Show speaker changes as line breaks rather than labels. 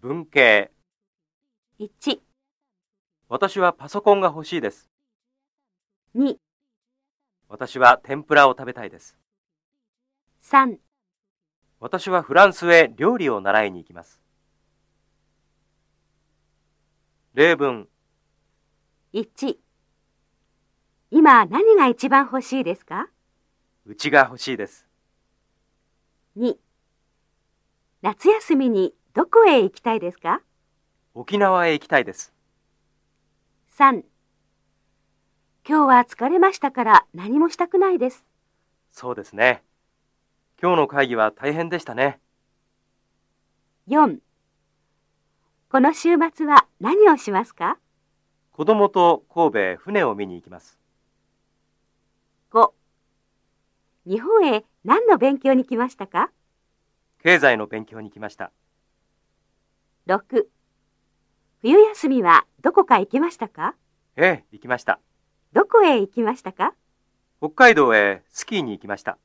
文系。
1、
私はパソコンが欲しいです。
2、
私は天ぷらを食べたいです。
3、
私はフランスへ料理を習いに行きます。例文、
1。今何が一番欲しいですか
うちが欲しいです。
?2。夏休みにどこへ行きたいですか
沖縄へ行きたいです。
?3。今日は疲れましたから何もしたくないです。
そうですね。今日の会議は大変でしたね。
4. この週末は何をしますか
子供と神戸へ船を見に行きます。
?5. 日本へ何の勉強に来ましたか
経済の勉強に来ました。
?6. 冬休みはどこか行きましたか
ええ、行きました。
どこへ行きましたか
北海道へスキーに行きました。